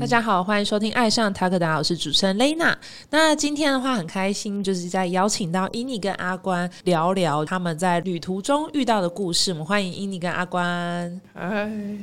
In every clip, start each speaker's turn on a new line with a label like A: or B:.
A: 大家好，欢迎收听《爱上塔克达》，我是主持人 Lena。那今天的话很开心，就是在邀请到伊妮跟阿关聊聊他们在旅途中遇到的故事。我们欢迎伊妮跟阿关。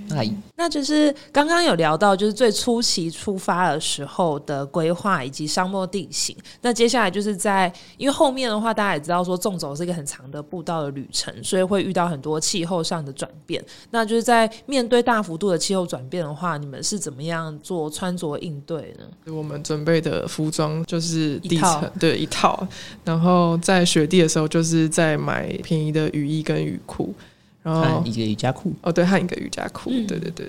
B: 嗨，
A: 那就是刚刚有聊到，就是最初期出发的时候的规划以及沙漠地形。那接下来就是在，因为后面的话大家也知道说，纵走是一个很长的步道的旅程，所以会遇到很多气候上的转变。那就是在面对大幅度的气候转变的话，你们是怎么样做穿着应对呢？
C: 我们准备的服装就是
A: 一
C: 底
A: 套
C: 层对一套，然后在雪地的时候就是在买便宜的雨衣跟雨裤，然后
B: 看一个瑜伽裤，
C: 哦对，和一个瑜伽裤，
A: 嗯
C: 对对对。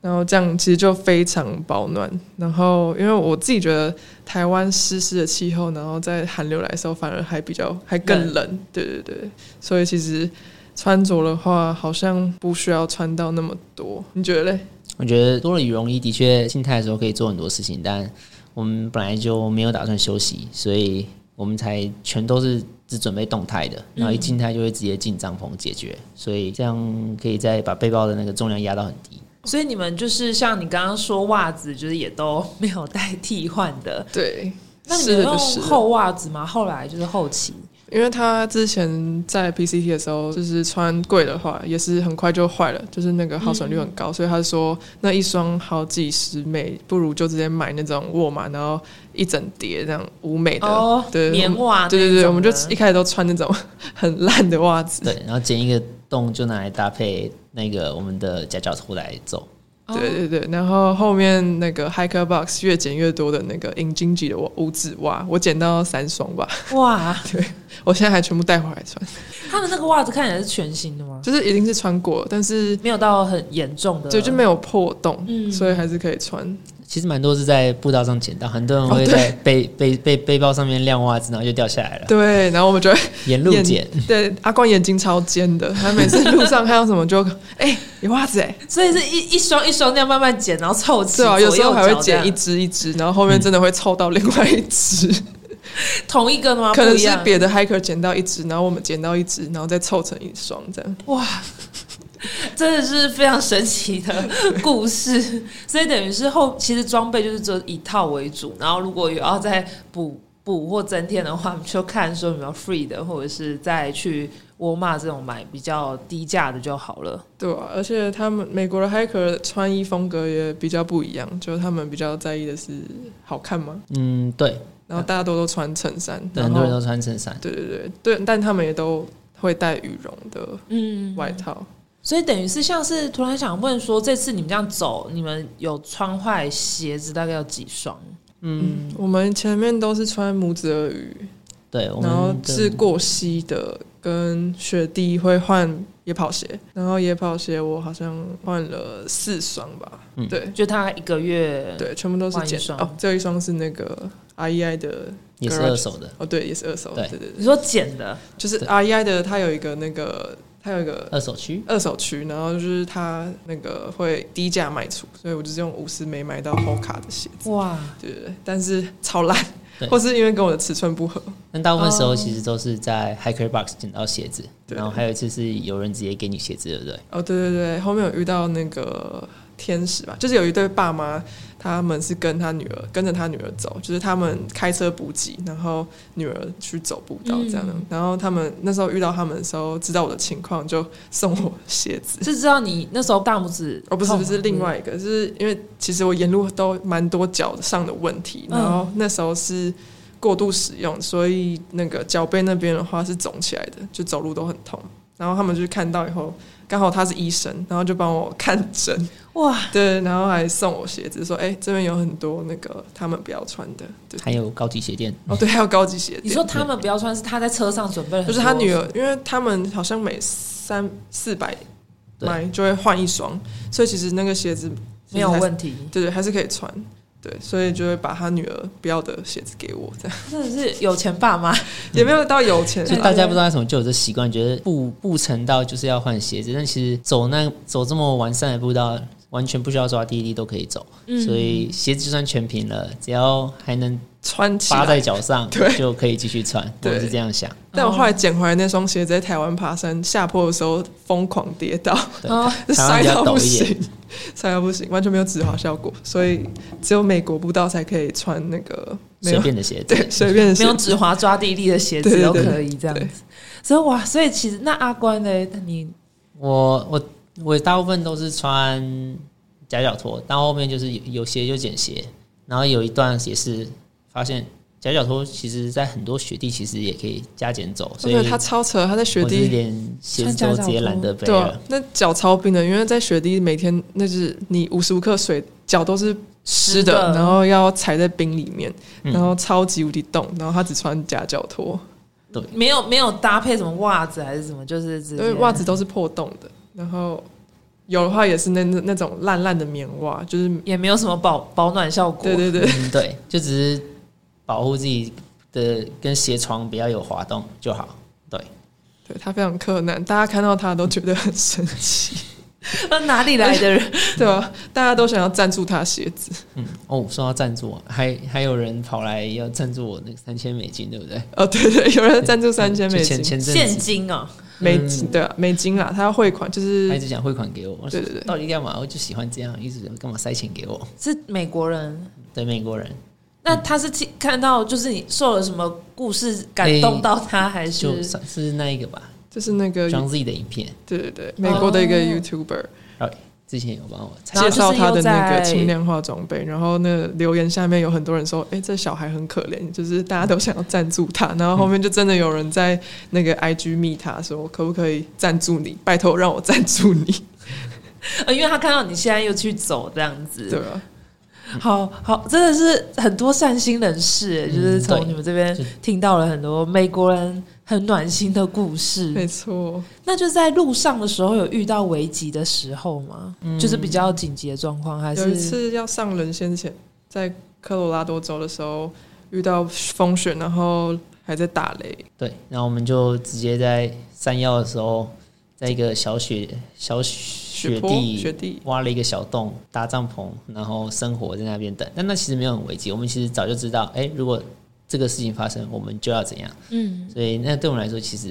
C: 然后这样其实就非常保暖。然后因为我自己觉得台湾湿湿的气候，然后在寒流来的时候反而还比较还更冷，对对对。所以其实穿着的话，好像不需要穿到那么多，你觉得嘞？
B: 我觉得多了羽绒衣的确，静态的时候可以做很多事情，但我们本来就没有打算休息，所以我们才全都是只准备动态
C: 嗯
B: 的，然后一静态就会直接进帐篷解决，所以这样可以再把背包的那个重量压到很低。
A: 所以你们就是像你刚刚说袜子，就是也都 没有带替换的。
C: 对，
A: 那你
C: 湿
A: 们
C: 了
A: 用
C: 就湿了
A: 厚袜子吗？后来就是后期，
C: 因为他之前在 PCT 的时候，就是穿贵的话，也是很快就坏了，就是那
A: 嗯
C: 个耗损率很高，所以他说那一双好几十美，不如就直接买那种沃尔玛，然后一整叠这样五美的，
A: 哦
C: 对，
A: 棉袜
C: 对对
A: 那
C: 对，
A: 种
C: 我们就
A: 的
C: 一开始都穿那种很烂的袜子，
B: 对，然后剪一个洞就拿来搭配那个我们的夹脚拖来走。
A: 哦
C: 对对对，然后后面那个 Hiker Box 越减越多的那个银荆棘的袜五指袜，我捡到三双吧，
A: 哇，
C: 我现在还全部带回来穿，
A: 他们那个袜子看起来是全新的吗？
C: 就是已经是穿过了，但是
A: 没有到很严重的，
C: 对就没有破洞，
A: 嗯
C: 所以还是可以穿。
B: 其实蛮多是在步道上捡到，很多人
C: 哦
B: 会
C: 对
B: 在背、背背背包上面晾袜子，然后就掉下来了，
C: 对，然后我们就会
B: 沿路
C: 眼
B: 捡。
C: 对阿光眼睛超尖的，他每次路上看到什么就哎、有 袜子哎、
A: 所以是一一双一双那样慢慢剪，然后凑齐
C: 对啊，
A: 左
C: 有
A: 右
C: 时候
A: 脚这
C: 还
A: 样，
C: 会捡一只一只，然后后面真的会凑到另外一 只，
A: 同一个的吗？
C: 可
A: 不
C: 能
A: 一
C: 是
A: 样
C: 别的 hiker 捡到一只，然后我们捡到一只，然后再凑成一双这样。
A: 哇，真的是非常神奇的故事。 所以等于是后，其实装备就是只有一套为主，然后如果有要再补补或增添的话，你就看说有没有 free 的，或者是再去沃尔玛这种买比较低价的就好了。
C: 对啊，而且他们美国的 hiker 穿衣风格也比较不一样，就是他们比较在意的是好看嘛，
B: 嗯，对，
A: 啊
C: 然后大家都都穿衬衫，然
B: 很多人
C: 后
B: 都穿衬衫。
C: 对对对对，但他们也都会带羽绒的
A: 嗯，
C: 外套。
A: 所以等于是像是突然想问说，这次你们这样走，你们有穿坏鞋子大概有几双？
C: 嗯，我们前面都是穿拇指耳语，
B: 对，我们
C: 然后
B: 的
C: 是过膝的，跟雪地会换野跑鞋，然后野跑鞋我好像换了四双吧，
B: 嗯
C: 对
A: 就大概一个月，
C: 对，全部都是
A: 换一
C: 剪
A: 双
C: 哦，只有一双是那个 REI 的，
B: 也是
C: garage
B: 二手的，
C: 哦对，也是二手，
B: 对
C: 对对对，
A: 你说剪的，
C: 就是
B: 对
C: REI 的，它有一个那个它有一个
B: 二手区。
C: 二手区，然后就是它那个会低价卖出，所以我就是用五十枚买到 Hoka 的鞋子，
A: 哇，
C: 对对对，但是超烂
B: 对，
C: 或是因为跟我的尺寸不合，
B: 但大部分时候其实都是在 Hiker Box 捡到鞋子，
C: 哦对
B: 然后还有一次是有人直接给你鞋子，对不对？
C: 哦，对对对，后面有遇到那个天使吧，就是有一对爸妈，他们是跟他女儿跟着他女儿走，就是他们开车补给，然后女儿去走步道这样的。然后他们那时候遇到他们的时候，知道我的情况，就送我鞋子。
A: 是知道你那时候大拇指
C: 哦，不是
A: 痛
C: 不
A: 吗嗯
C: 是，另外一个，就是因为其实我沿路都蛮多脚上的问题，
A: 嗯
C: 然后那时候是过度使用，所以那个脚背那边的话是肿起来的，就走路都很痛。然后他们就看到以后，刚好他是医生，然后就帮我看诊，
A: 哇，
C: 对，然后还送我鞋子，说：“哎、这边有很多那个他们不要穿的。”对，
B: 还有高级鞋店，
C: 哦，对，还有高级鞋
A: 你
C: 店，
A: 说他们不要穿，是他在车上准备了很
C: 就
A: 多，
C: 是他女儿，因为他们好像每三四百
B: 对
C: 买就会换一双，所以其实那个鞋子
A: 没有
C: 还是，
A: 问题，
C: 对对，还是可以穿。对，所以就会把他女儿不要的鞋子给我，这样
A: 真的是有钱爸妈，
C: 也没有到有钱
B: 就
C: 人，
B: 大家不知道为什么就有这习惯，觉得步步成道就是要换鞋子，但其实走那走这么完善的步道，完全不需要抓地力都可以走，
C: 嗯
B: 所以鞋子就算全平了，只要还能
C: 穿起
B: 扒
C: 来
B: 在。脚上，
C: 对
B: 就可以继续穿。我
C: 对
B: 是这样想，
C: 但我后
B: 哦
C: 来捡回来那双鞋，在台湾爬山下坡的时候疯狂跌 倒，
B: 对
A: 哦，
B: 台湾
C: 摔
B: 比较
C: 到
B: 陡
C: 不
B: 一点。
C: 行，摔到不行，完全没有止滑效果。所以只有美国步道才可以穿那个没
B: 随
C: 有
B: 便的鞋子，
C: 对随便 的
A: 没
C: 鞋
A: 有止滑抓地力的鞋子
C: 对对
A: 都
C: 对
A: 可以这样
C: 对
A: 子。所以哇，所以其实那阿关呢，你
B: 我我我大部分都是穿夹脚拖，但后面就是有有鞋就捡鞋，然后有一段也是发现夹脚拖其实在很多雪地其实也可以加减走，所
C: 我
B: 以
C: 哦觉得他超扯，他在雪
B: 我是
C: 地，
B: 连鞋子都直接懒得背
C: 对、啊
B: 了，，
C: 那脚超冰的，因为在雪地每天那是你无时无刻水脚都是湿的，然后要踩在冰里面，
B: 嗯
C: 然后超级无敌冻，然后他只穿夹脚拖，
A: 没有没有搭配什么袜子还是什么，就是直
C: 因
A: 接
C: 为呃袜子都是破洞的，然后有的话也是那那那种烂烂的棉袜，就是
A: 也没有什么保保暖效果。
C: 对对对，
B: 嗯对，就只是保护自己的跟鞋床不要有滑动就好。对，
C: 对他非常困难，大家看到他都觉得很生气，
A: 那哪里来的人？
C: 对吧、大家都想要赞助他鞋子，
B: 嗯，哦，说到赞助啊，还还有人跑来要赞助我那个三千美金，对不对？
C: 哦对对，有人赞助三千美
B: 就
C: 金
B: 前，前阵
A: 现
B: 子
A: 金哦，
C: 美金对啊，美金啦，他要汇款就是
B: 他一直想汇款给我，我说
C: 对对对
B: 到底干嘛？我就喜欢这样，一直干嘛塞钱给我？
A: 是美国人。
B: 对美国人
A: 那他是听看到就是你受了什么故事感动到他，还是
B: 就算是那一个吧
C: 就是那个
B: ，John Z 的影片，
C: 对对对，美国的一个
A: 哦
C: YouTuber、
B: 之前有帮我
A: 然
B: 采
A: 后
C: 介
A: 就是
C: 绍他的那
A: 又在
C: 个轻量化装备，然后那留言下面有很多人说：“哎、这小孩很可怜。”就是大家都想要赞助他，然后后面就真的有人在那个 IG 密他说：“可不可以赞助你？拜托让我赞助你。
A: 呃，因为他看到你现在又去走这样”子，
C: 对啊吧？嗯
A: 好好，真的是很多善心人士，就是从
B: 对
A: 你们这边
B: 就
A: 听到了很多美国人很暖心的故
C: 没
A: 事。
C: 错，
A: 那就在路上的时候有遇到危急的时候吗？
C: 嗯
A: 就是比较紧急的状况，还
C: 有一
A: 是
C: 次要上人先前，在科罗拉多州的时候遇到风雪，然后还在打雷，
B: 对，然后我们就直接在山腰的时候，在一个小雪小雪
C: 雪坡
B: 地
C: 雪地
B: 挖了一个小洞，搭帐篷，然后生活在那边等。但那其实没有很危机，我们其实早就知道，哎、如果这个事情发生，我们就要怎样。嗯，所以那对我们来说，其实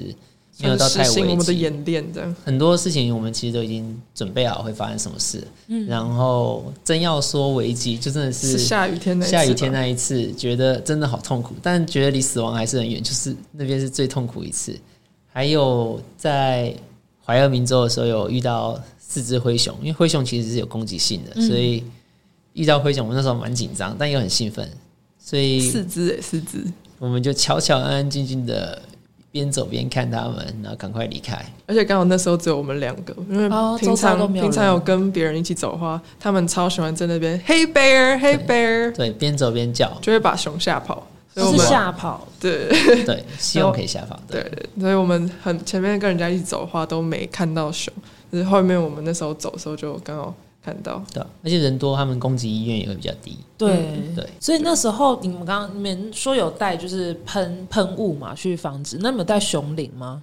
B: 没有到
C: 算是
B: 太
C: 实行我
B: 危
C: 们的
B: 机。
C: 演练这样。
B: 很多事情我们其实都已经准备好会发生什么事，嗯，然后真要说危机，就真的
C: 是下雨天那一次吧
B: 下雨天那一次，觉得真的好痛苦，但觉得离死亡还是很远，就是那边是最痛苦一次。还有在怀俄明州的时候，有遇到四只灰熊，因为灰熊其实是有攻击性的，
C: 嗯
B: 所以遇到灰熊，我那时候蛮紧张，但又很兴奋，所以
C: 四只哎，四只，
B: 我们就悄悄安安静静的边走边看他们，然后赶快离开。
C: 而且刚好那时候只有我们两个，因为
A: 哦
C: 平
A: 周遭
C: 常、
A: 都没有人
C: 平常有跟别人一起走的话，他们超喜欢在那边 Hey bear, Hey bear，
B: 对，边走边叫，
C: 就会把熊吓跑。所以我
A: 是
C: 们
A: 吓跑？
C: 对
B: 对，希望可以下法。对，
C: 对，所以我们很前面跟人家一起走的话都没看到熊，就是后面我们那时候走的时候就刚好看到。
B: 对，啊而且人多，他们攻击意愿也会比较低。
A: 对。
C: 嗯
B: 对，
A: 所以那时候你们刚刚你们说有带就是喷喷雾嘛去防止，那你们有带熊铃吗？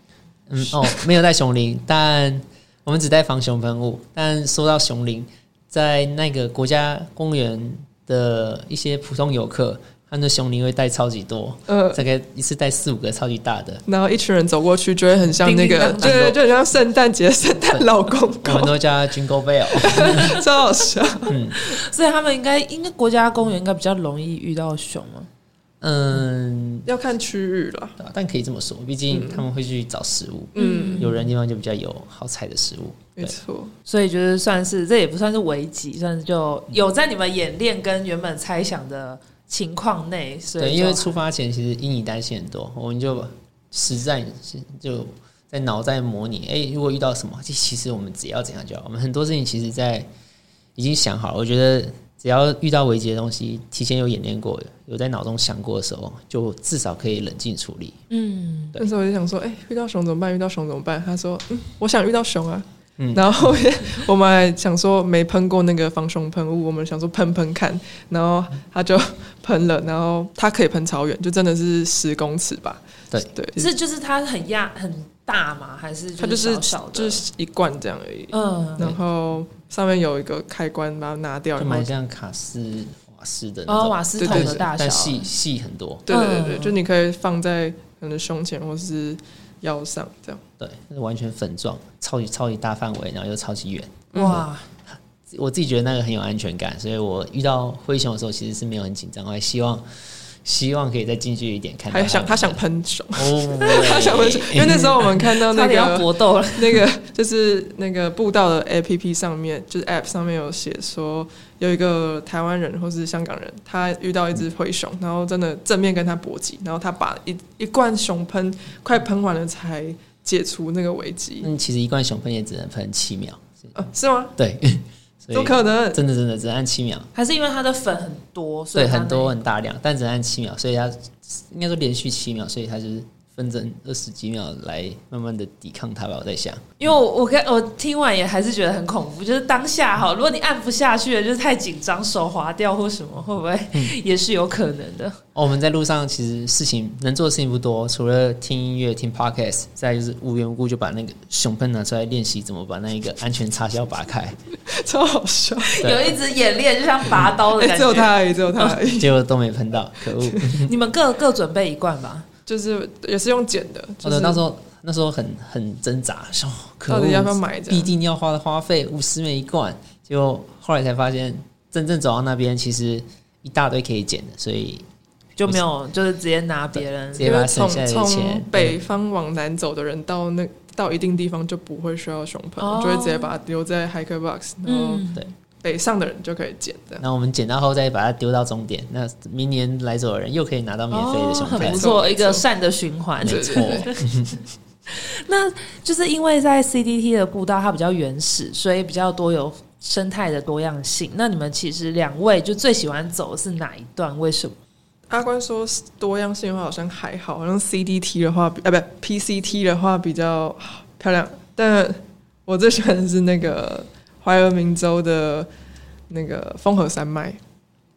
B: 嗯，哦，没有带熊铃，但我们只带防熊喷雾。但说到熊铃，在那个国家公园的一些普通游客，他们的熊铃会带超级多，
C: 呃，
B: 大概一次带四五个超级大 的，
C: 然后一群人走过去，就会很像
A: 叮
C: 那个，
A: 叮当当
C: 对对，就很像圣诞节圣诞老公
B: 我们
C: 公，
B: 都叫它 Jingle Bell。
C: 超好笑。
A: 所以他们应该应该国家公园应该比较容易遇到熊嘛。
B: 嗯，
C: 要看区域了，
B: 对啊但可以这么说，毕竟他们会去找食物，
C: 嗯，
B: 有人的地方就比较有好采的食物。
C: 没
B: 对，
C: 错，
A: 所以就是算是这也不算是危机，算是就有在你们演练跟原本猜想的情况内，所以
B: 对，
A: 就
B: 因为出发前其实因你担心很多，我们就实战就在脑袋模拟。哎、如果遇到什么，其其实我们只要怎样就好。我们很多事情其实在已经想好了。我觉得只要遇到危机的东西，提前有演练过，有在脑中想过的时候，就至少可以冷静处理。对
C: 那时候我就想说，哎、遇到熊怎么办？遇到熊怎么办？他说，嗯，我想遇到熊啊。
B: 嗯
C: 然后后 面我们还想说没喷过那个防熊喷雾，我们想说喷喷看，然后他就喷了，然后他可以喷超远，就真的是十公尺吧。
B: 对
C: 对，
A: 是就是它很压很大嘛，还是
C: 它就是
A: 小小的，
C: 就是一罐这样而已。
A: 嗯，
C: 然后上面有一个开关，把它拿掉，
B: 就
C: 然后
B: 蛮像卡式瓦斯的那
A: 哦，
B: 种，
A: 瓦斯
C: 对
A: 桶
C: 对
A: 的
C: 对
A: 大小
B: 但，细细很多。
C: 对对对对，
A: 嗯
C: 就你可以放在可能胸前或是腰上这样。
B: 对，那是完全粉状，超级超级大范围，然后又超级远。
A: 哇，
C: 嗯
B: 我自己觉得那个很有安全感，所以我遇到灰熊的时候其实是没有很紧张，我还希望希望可以再进去一点看到
C: 还
B: 们。
C: 想他想喷 手，
B: 哦，
C: 他想喷手，因为那时候我们看到那
A: 差点要
C: 个
A: 搏斗了，
C: 那个就是那个步道的 A P P 上面，就是 App 上面有写说有一个台湾人或是香港人，他遇到一只灰熊，然后真的正面跟他搏击，然后他把一一罐熊喷快喷完了才解除那个危机，
B: 嗯，其实一罐熊喷也只能喷七秒，
C: 呃，是吗？
B: 嗯对， 所
C: 怎么
B: 以
C: 可能？
B: 真的真的只能按七秒，
A: 还是因为它的粉很多，所以
B: 对，
A: 它那
B: 很多很大量，但只能按七秒，所以它应该说连续七秒，所以它就是分成二十几秒来慢慢的抵抗它吧。我在想，
A: 因为我我跟我听完也还是觉得很恐怖，就是当下哈，如果你按不下去了，就是太紧张，手滑掉或什么，会不会
B: 嗯
A: 也是有可能的？
B: 哦，我们在路上其实事情能做的事情不多，除了听音乐、听 podcast，再来就是无缘无故就把那个熊喷拿出来练习怎么把那一个安全插销拔开，
C: 超好笑！
B: 对
A: 有一直演练，就像拔刀的
C: 哎，
A: 感
C: 只有
A: 觉。嗯
C: 他而已，只有他而 已。
B: 结果都没喷到， 可恶！
A: 你们各各准备一罐吧。
C: 就是也是用剪的，
B: 我的
C: 就是
B: 哦那时候那时候很很挣扎，说可恶
C: 到底要不要买这
B: 必
C: 样？
B: 定要花的花费五十美一罐，结果后来才发现，真正走到那边其实一大堆可以捡的，所以
A: 就没有，就是直接拿别人
B: 直。接
C: 因
B: 把
C: 为
B: 剩
C: 从
B: 下的
C: 从
B: 钱
C: 北方往南走的人到那到一定地方就不会需要熊盆，
A: 哦
C: 就会直接把它留在 hiker box，然后
A: 嗯，
C: 北上的人就可以捡这样。
B: 那我们捡到后再把它丢到终点，那明年来走的人又可以拿到免费
C: 哦
B: 的熊
A: 哦很
B: 票
A: 不
C: 没，
A: 错，
C: 错
A: 一个善的循环。
C: 对
B: 没
C: 对
B: 错，
A: 那就是因为在 CDT 的步道它比较原始，所以比较多有生态的多样性。那你们其实两位就最喜欢走的是哪一段？为什么？
C: 阿关啊说多样性的话好像还好，好像 CDT 的话，啊不 PCT 的话比较漂亮，但我最喜欢的是那个怀俄明州的那个风和山脉，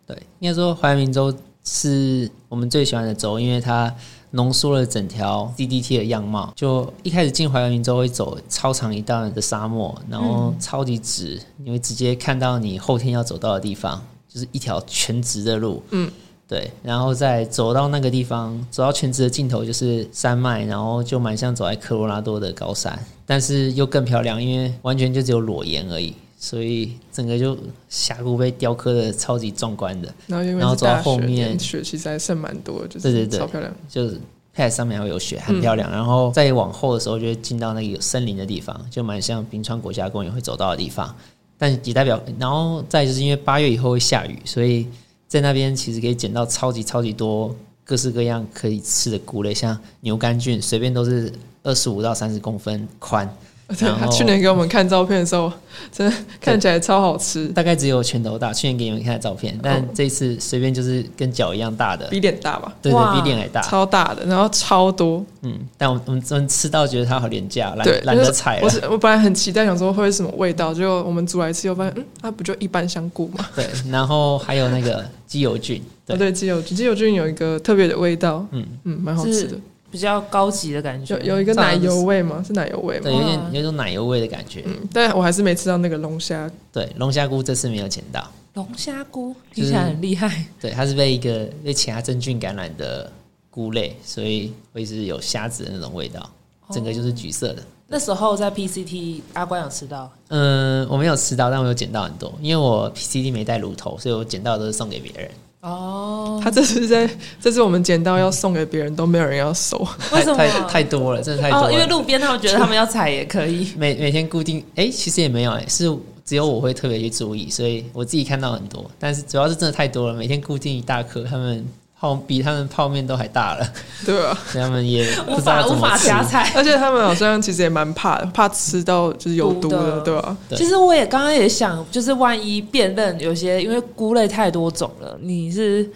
B: 对，应该说怀明州是我们最喜欢的州，因为它浓缩了整条 DDT 的样貌。就一开始进怀明州会走超长一段的沙漠，然后超级直，你会直接看到你后天要走到的地方，就是一条全直的路。
C: 嗯。
B: 对，然后再走到那个地方，走到全直的尽头就是山脉，然后就蛮像走在科罗拉多的高山，但是又更漂亮，因为完全就只有裸岩而已，所以整个就峡谷被雕刻的超级壮观的。
C: 然后因为
B: 然后
C: 是
B: 走到
C: 大
B: 后
C: 雪，
B: 面
C: 连雪其实还剩蛮多的，就
B: 对对
C: 是
B: 对
C: 超漂亮。
B: 就是 pad 上面还会有雪，
C: 嗯
B: 很漂亮。然后再往后的时候，就会进到那个有森林的地方，就蛮像冰川国家公园会走到的地方。但也代表，然后再就是因为八月以后会下雨，所以在那边其实可以捡到超级超级多各式各样可以吃的菇类，像牛肝菌，随便都是二十五到三十公分宽，
C: 对
B: 然
C: 他
B: 后
C: 去年给我们看照片的时候，真的看起来超好吃，
B: 大概只有拳头大。去年给你们看的照
C: 哦
B: 片，但这一次随便就是跟脚一样大的，
C: 比脸大吧，
B: 对
A: 哇
B: 对，比脸还大。
C: 超大的，然后超多。
B: 嗯，但我们我们我们吃到觉得它好廉价，懒
C: 对，
B: 懒
C: 就
B: 得啊
C: 是
B: 采了
C: 我。是我本来很期待想说会是什么味道，结果我们煮来吃，我发现嗯，它不就一般香菇吗？
B: 对，然后还有那个鸡油菌，对，
C: 哦，对，鸡油菌，鸡油菌有一个特别的味道，嗯嗯，蛮好吃的
A: 是，比较高级的感觉
C: 有。有一个
B: 上
C: 奶
B: 来就是
C: 油味吗？是奶油味吗
B: 对，？有
A: 哇
B: 点有种奶油味的感觉。
C: 嗯，但我还是没吃到那个龙虾，
B: 对，龙虾菇这次没有捡到，
A: 龙虾菇听起来很厉害，
B: 对，它是被一个被其他真菌感染的菇类，所以会是有虾子的那种味道，
A: 哦
B: 整个就是橘色的。
A: 那时候在 PCT 阿关有吃到，
B: 嗯，我没有吃到，但我有捡到很多，因为我 PCD 没带炉头，所以我捡到的都是送给别人。
A: 哦，
C: 它这次在这次我们捡到要送给别人都没有人要收，
A: 为什么
B: 太太太多了，真的太多了。
A: 哦，因为路边他们觉得他们要踩也可以，
B: 每每天固定，哎、其实也没有、诶是只有我会特别去注意，所以我自己看到很多，但是主要是真的太多了，每天固定一大颗，他们泡比他们泡面都还大了，
C: 对吧？
B: 所以他们也 不
A: 无
B: 知道
A: 法
B: 怎
A: 无
B: 么
A: 法
B: 吃。
A: 夹菜。
C: 而且他们好像其实也蛮怕的，怕吃到就是有毒的，
A: 毒的
C: 对吧、
B: 对
A: 其实我也刚刚也想，就是万一辨认有些，因为菇类太多种了，你是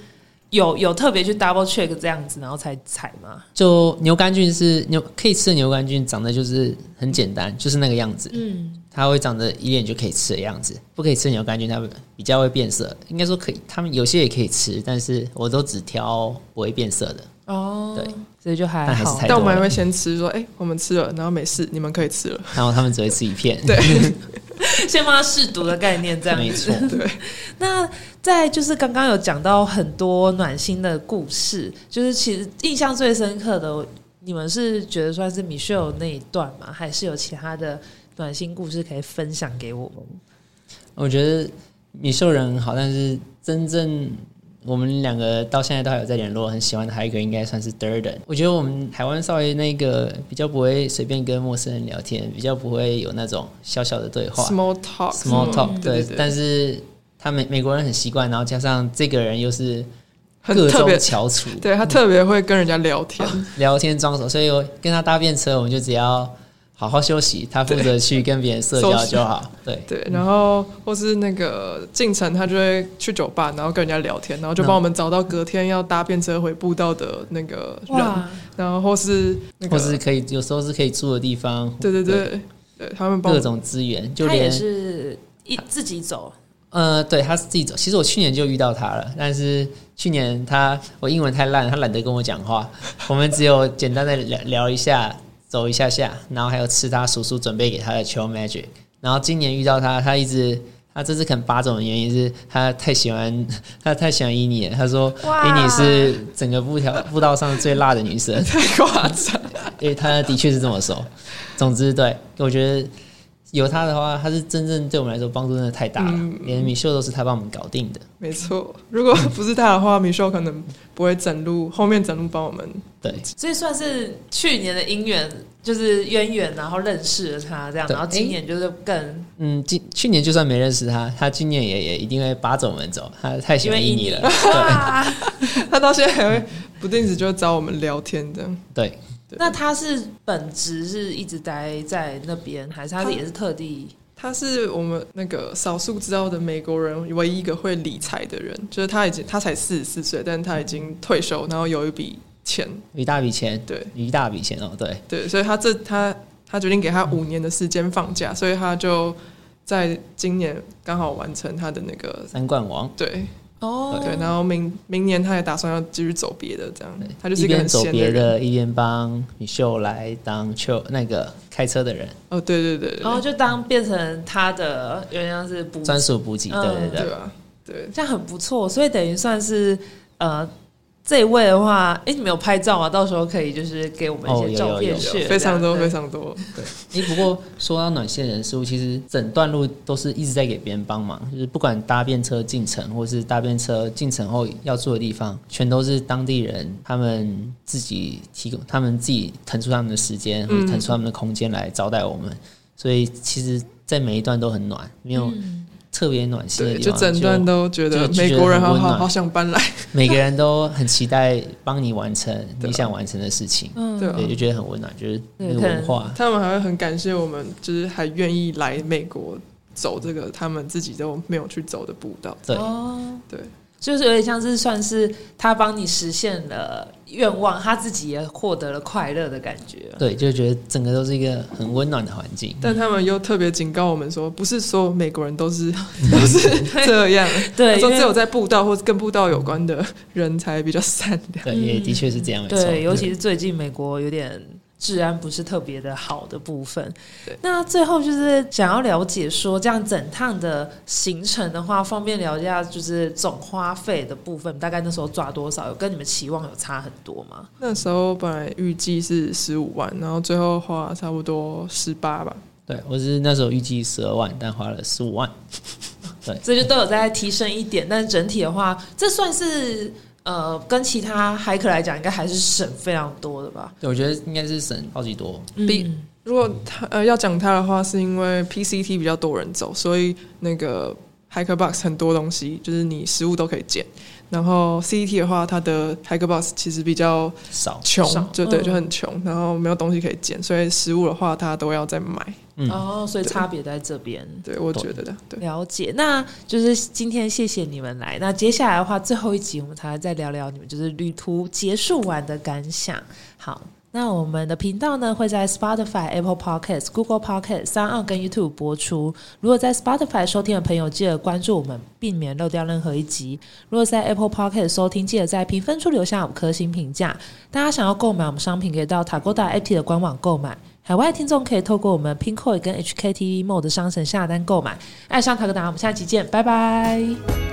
A: 有有特别去 double check 这样子，然后才采吗？
B: 就牛肝菌是牛可以吃的牛肝菌，长得就是很简单，就是那个样子，
A: 嗯，
B: 它会长得一脸就可以吃的样子。不可以吃的牛肝菌，它比较会变色。应该说可以，他们有些也可以吃，但是我都只挑不会变色的。
A: 哦，
B: 对，
A: 所以就还
B: 但还是
A: 好
B: 太。
C: 但我们
B: 多
C: 还
B: 了
C: 会先吃，说，哎、我们吃了，然后没事，你们可以吃了。
B: 然后他们只会吃一片，
C: 对，
A: 先帮他试毒的概念这样
B: 没
A: 子。
B: 错，
A: 那在就是刚刚有讲到很多暖心的故事，就是其实印象最深刻的，你们是觉得算是 Michelle 那一段吗？还是有其他的暖心故事可以分享给我们？
B: 我觉得米秀人很好，但是真正我们两个到现在都还有在联络，很喜欢的还有一个应该算是 d u r d e n 我觉得我们台湾稍微那个比较不会随便跟陌生人聊天，比较不会有那种小小的对话
C: small talk 嗯
B: small talk，
C: 对
B: 对
C: 对，，
B: 但是他美美国人很习惯，然后加上这个人又是
C: 很
B: 各
C: 特别
B: 种嗯翘楚，
C: 对他特别会跟人家聊天，
B: 聊天装熟，所以我跟他搭便车，我们就只要好好休息，他负责去跟别人社交就好。对，
C: 对，然后或是那个进城，他就会去酒吧，然后跟人家聊天，然后
B: 嗯
C: 就帮我们找到隔天要搭便车回步道的那个人，
A: 哇，
C: 然后或是那个，
B: 或是可以有时候是可以住的地方，
C: 对对对对，他们帮
B: 各种资源，就
A: 他也
B: 连
A: 是一自己走，
B: 呃，对，他是自己走。其实我去年就遇到他了，但是去年他我英文太烂，他懒得跟我讲话，我们只有简单的聊聊一下，走一下下，然后还有吃他叔叔准备给他的 Chill Magic。然后今年遇到他，他一直他这次肯八种的原因是他太喜欢他太喜欢伊妮了，他说
A: 哇
B: 伊妮是整个步条步道上最辣的女生，
C: 太夸张，
B: 因为他的确是这么说。总之，对我觉得有他的话，他是真正对我们来说帮助真的太大了，
C: 嗯
B: 连米秀都是他帮我们搞定的。
C: 没错。如果不是他的话，米秀可能不会整路，后面整路帮我们。
B: 对，
A: 所以算是去年的姻缘，就是渊源，然后认识了他这样，
B: 对
A: 然后今年就是更
B: 嗯，今去年就算没认识他，他今年也也一定会扒着我们走，他太喜欢伊尼了。哎
A: 哇，
C: 他到现在还会不定时就找我们聊天这样。
B: 对，
A: 那他是本职是一直待在那边，还是他
C: 他
A: 也是特地？
C: 他是我们那个少数知道的美国人唯一一个会理财的人，就是他已经他才四十四岁，但他已经退休，然后有一笔钱，
B: 一大笔钱，
C: 对
B: 一大笔钱哦，对，
C: 对，所以他这他他决定给他五年的时间放假，所以他就在今年刚好完成他的那个
B: 三冠王。
C: 对
A: 哦
C: 对，然后明明年他也打算要继续走别的这样，他就是
B: 一
C: 一个
B: 边
C: 很
B: 走
C: 闲
B: 别
C: 人，
B: 的，一边帮米秀来当秋那个开车的人，
C: 哦，对对对对
A: 然后就当变成他的有点像是补，
B: 专属补给。对对
C: 嗯对
B: 对，
C: 吧？对，
A: 这样很不错，所以等于算是呃。这一位的话，哎、你们有拍照吗？到时候可以就是给我们一
B: 哦
A: 些
B: 有
A: 照片
B: 有有
A: 是
C: 非常多非
A: 常
C: 常多，
B: 哎、不过说到暖线人事物，其实整段路都是一直在给别人帮忙，就是不管搭便车进城，或是搭便车进城后要住的地方，全都是当地人他们自己提供，他们自己腾出他们的时间，
C: 嗯
B: 或者腾出他们的空间来招待我们。所以其实，在每一段都很暖，没有特别暖心的
C: 嗯对，
B: 地
C: 就
B: 方，
C: 整段都觉
B: 就
C: 得
B: 就觉得
C: 美国人
B: 很
C: 好
B: 温
C: 好
B: 暖
C: 好想搬来，
B: 每个人都很期待帮你完成你
C: 对啊嗯
B: 想完成的事情，
A: 嗯
C: 对吧
B: 对，？就觉得很温暖，就是那个
A: 对可能
B: 文化。
C: 他们还会很感谢我们，就是还愿意来美国走这个他们自己都没有去走的步道。
B: 对，
A: 哦，
C: 对，
A: 就是有点像是算是他帮你实现了愿望，他自己也获得了快乐的感觉。
B: 对，就觉得整个都是一个很温暖的环境。
A: 嗯
C: 但他们又特别警告我们说，不是所有美国人都是 都是这样，
A: 对，
C: 他说
A: 因为
C: 只有在步道或跟步道有关的人才比较善良。
B: 对，也的确是这样，没错。
A: 对，尤其是最近美国有点治安不是特别的好的部分
C: 对。
A: 那最后就是想要了解说，这样整趟的行程的话，方便聊一下就是总花费的部分，大概那时候抓多少？有跟你们期望有差很多吗？
C: 那时候本来预计是十五万，然后最后花差不多十八吧。
B: 对我是那时候预计十二万，但花了十五万。
A: 这就都有在提升一点，但是整体的话，这算是。呃，跟其他海可来讲，应该还是省非常多的吧。
B: 对，我觉得应该是省超级多。
C: 比
A: 嗯
C: 如果他呃要讲他的话，是因为 PCT 比较多人走，所以那个 Hackerbox 很多东西就是你食物都可以捡。然后 CT 的话，它的 Hackerbox 其实比较
B: 少。
C: 穷
A: 少，
C: 就对，
A: 嗯
C: 就很穷，然后没有东西可以捡，所以食物的话，它都要再买。
B: 嗯
A: 哦，所以差别在这边。
C: 对，我觉得的，对，
A: 了解，那就是今天谢谢你们来。那接下来的话，最后一集我们才会再聊聊你们就是旅途结束完的感想。好，那我们的频道呢会在 Spotify、Apple Podcast、Google Podcast、三岸跟 YouTube 播出。如果在 Spotify 收听的朋友，记得关注我们，避免漏掉任何一集。如果在 Apple Podcast 收听，记得在评分处留下五颗星评价。大家想要购买我们商品，可以到 Tagoda APP 的官网购买。海外听众可以透过我们 Pinkoi 跟 HKTV Mode 商城下单购买。爱上塔克达，我们下期见，拜拜。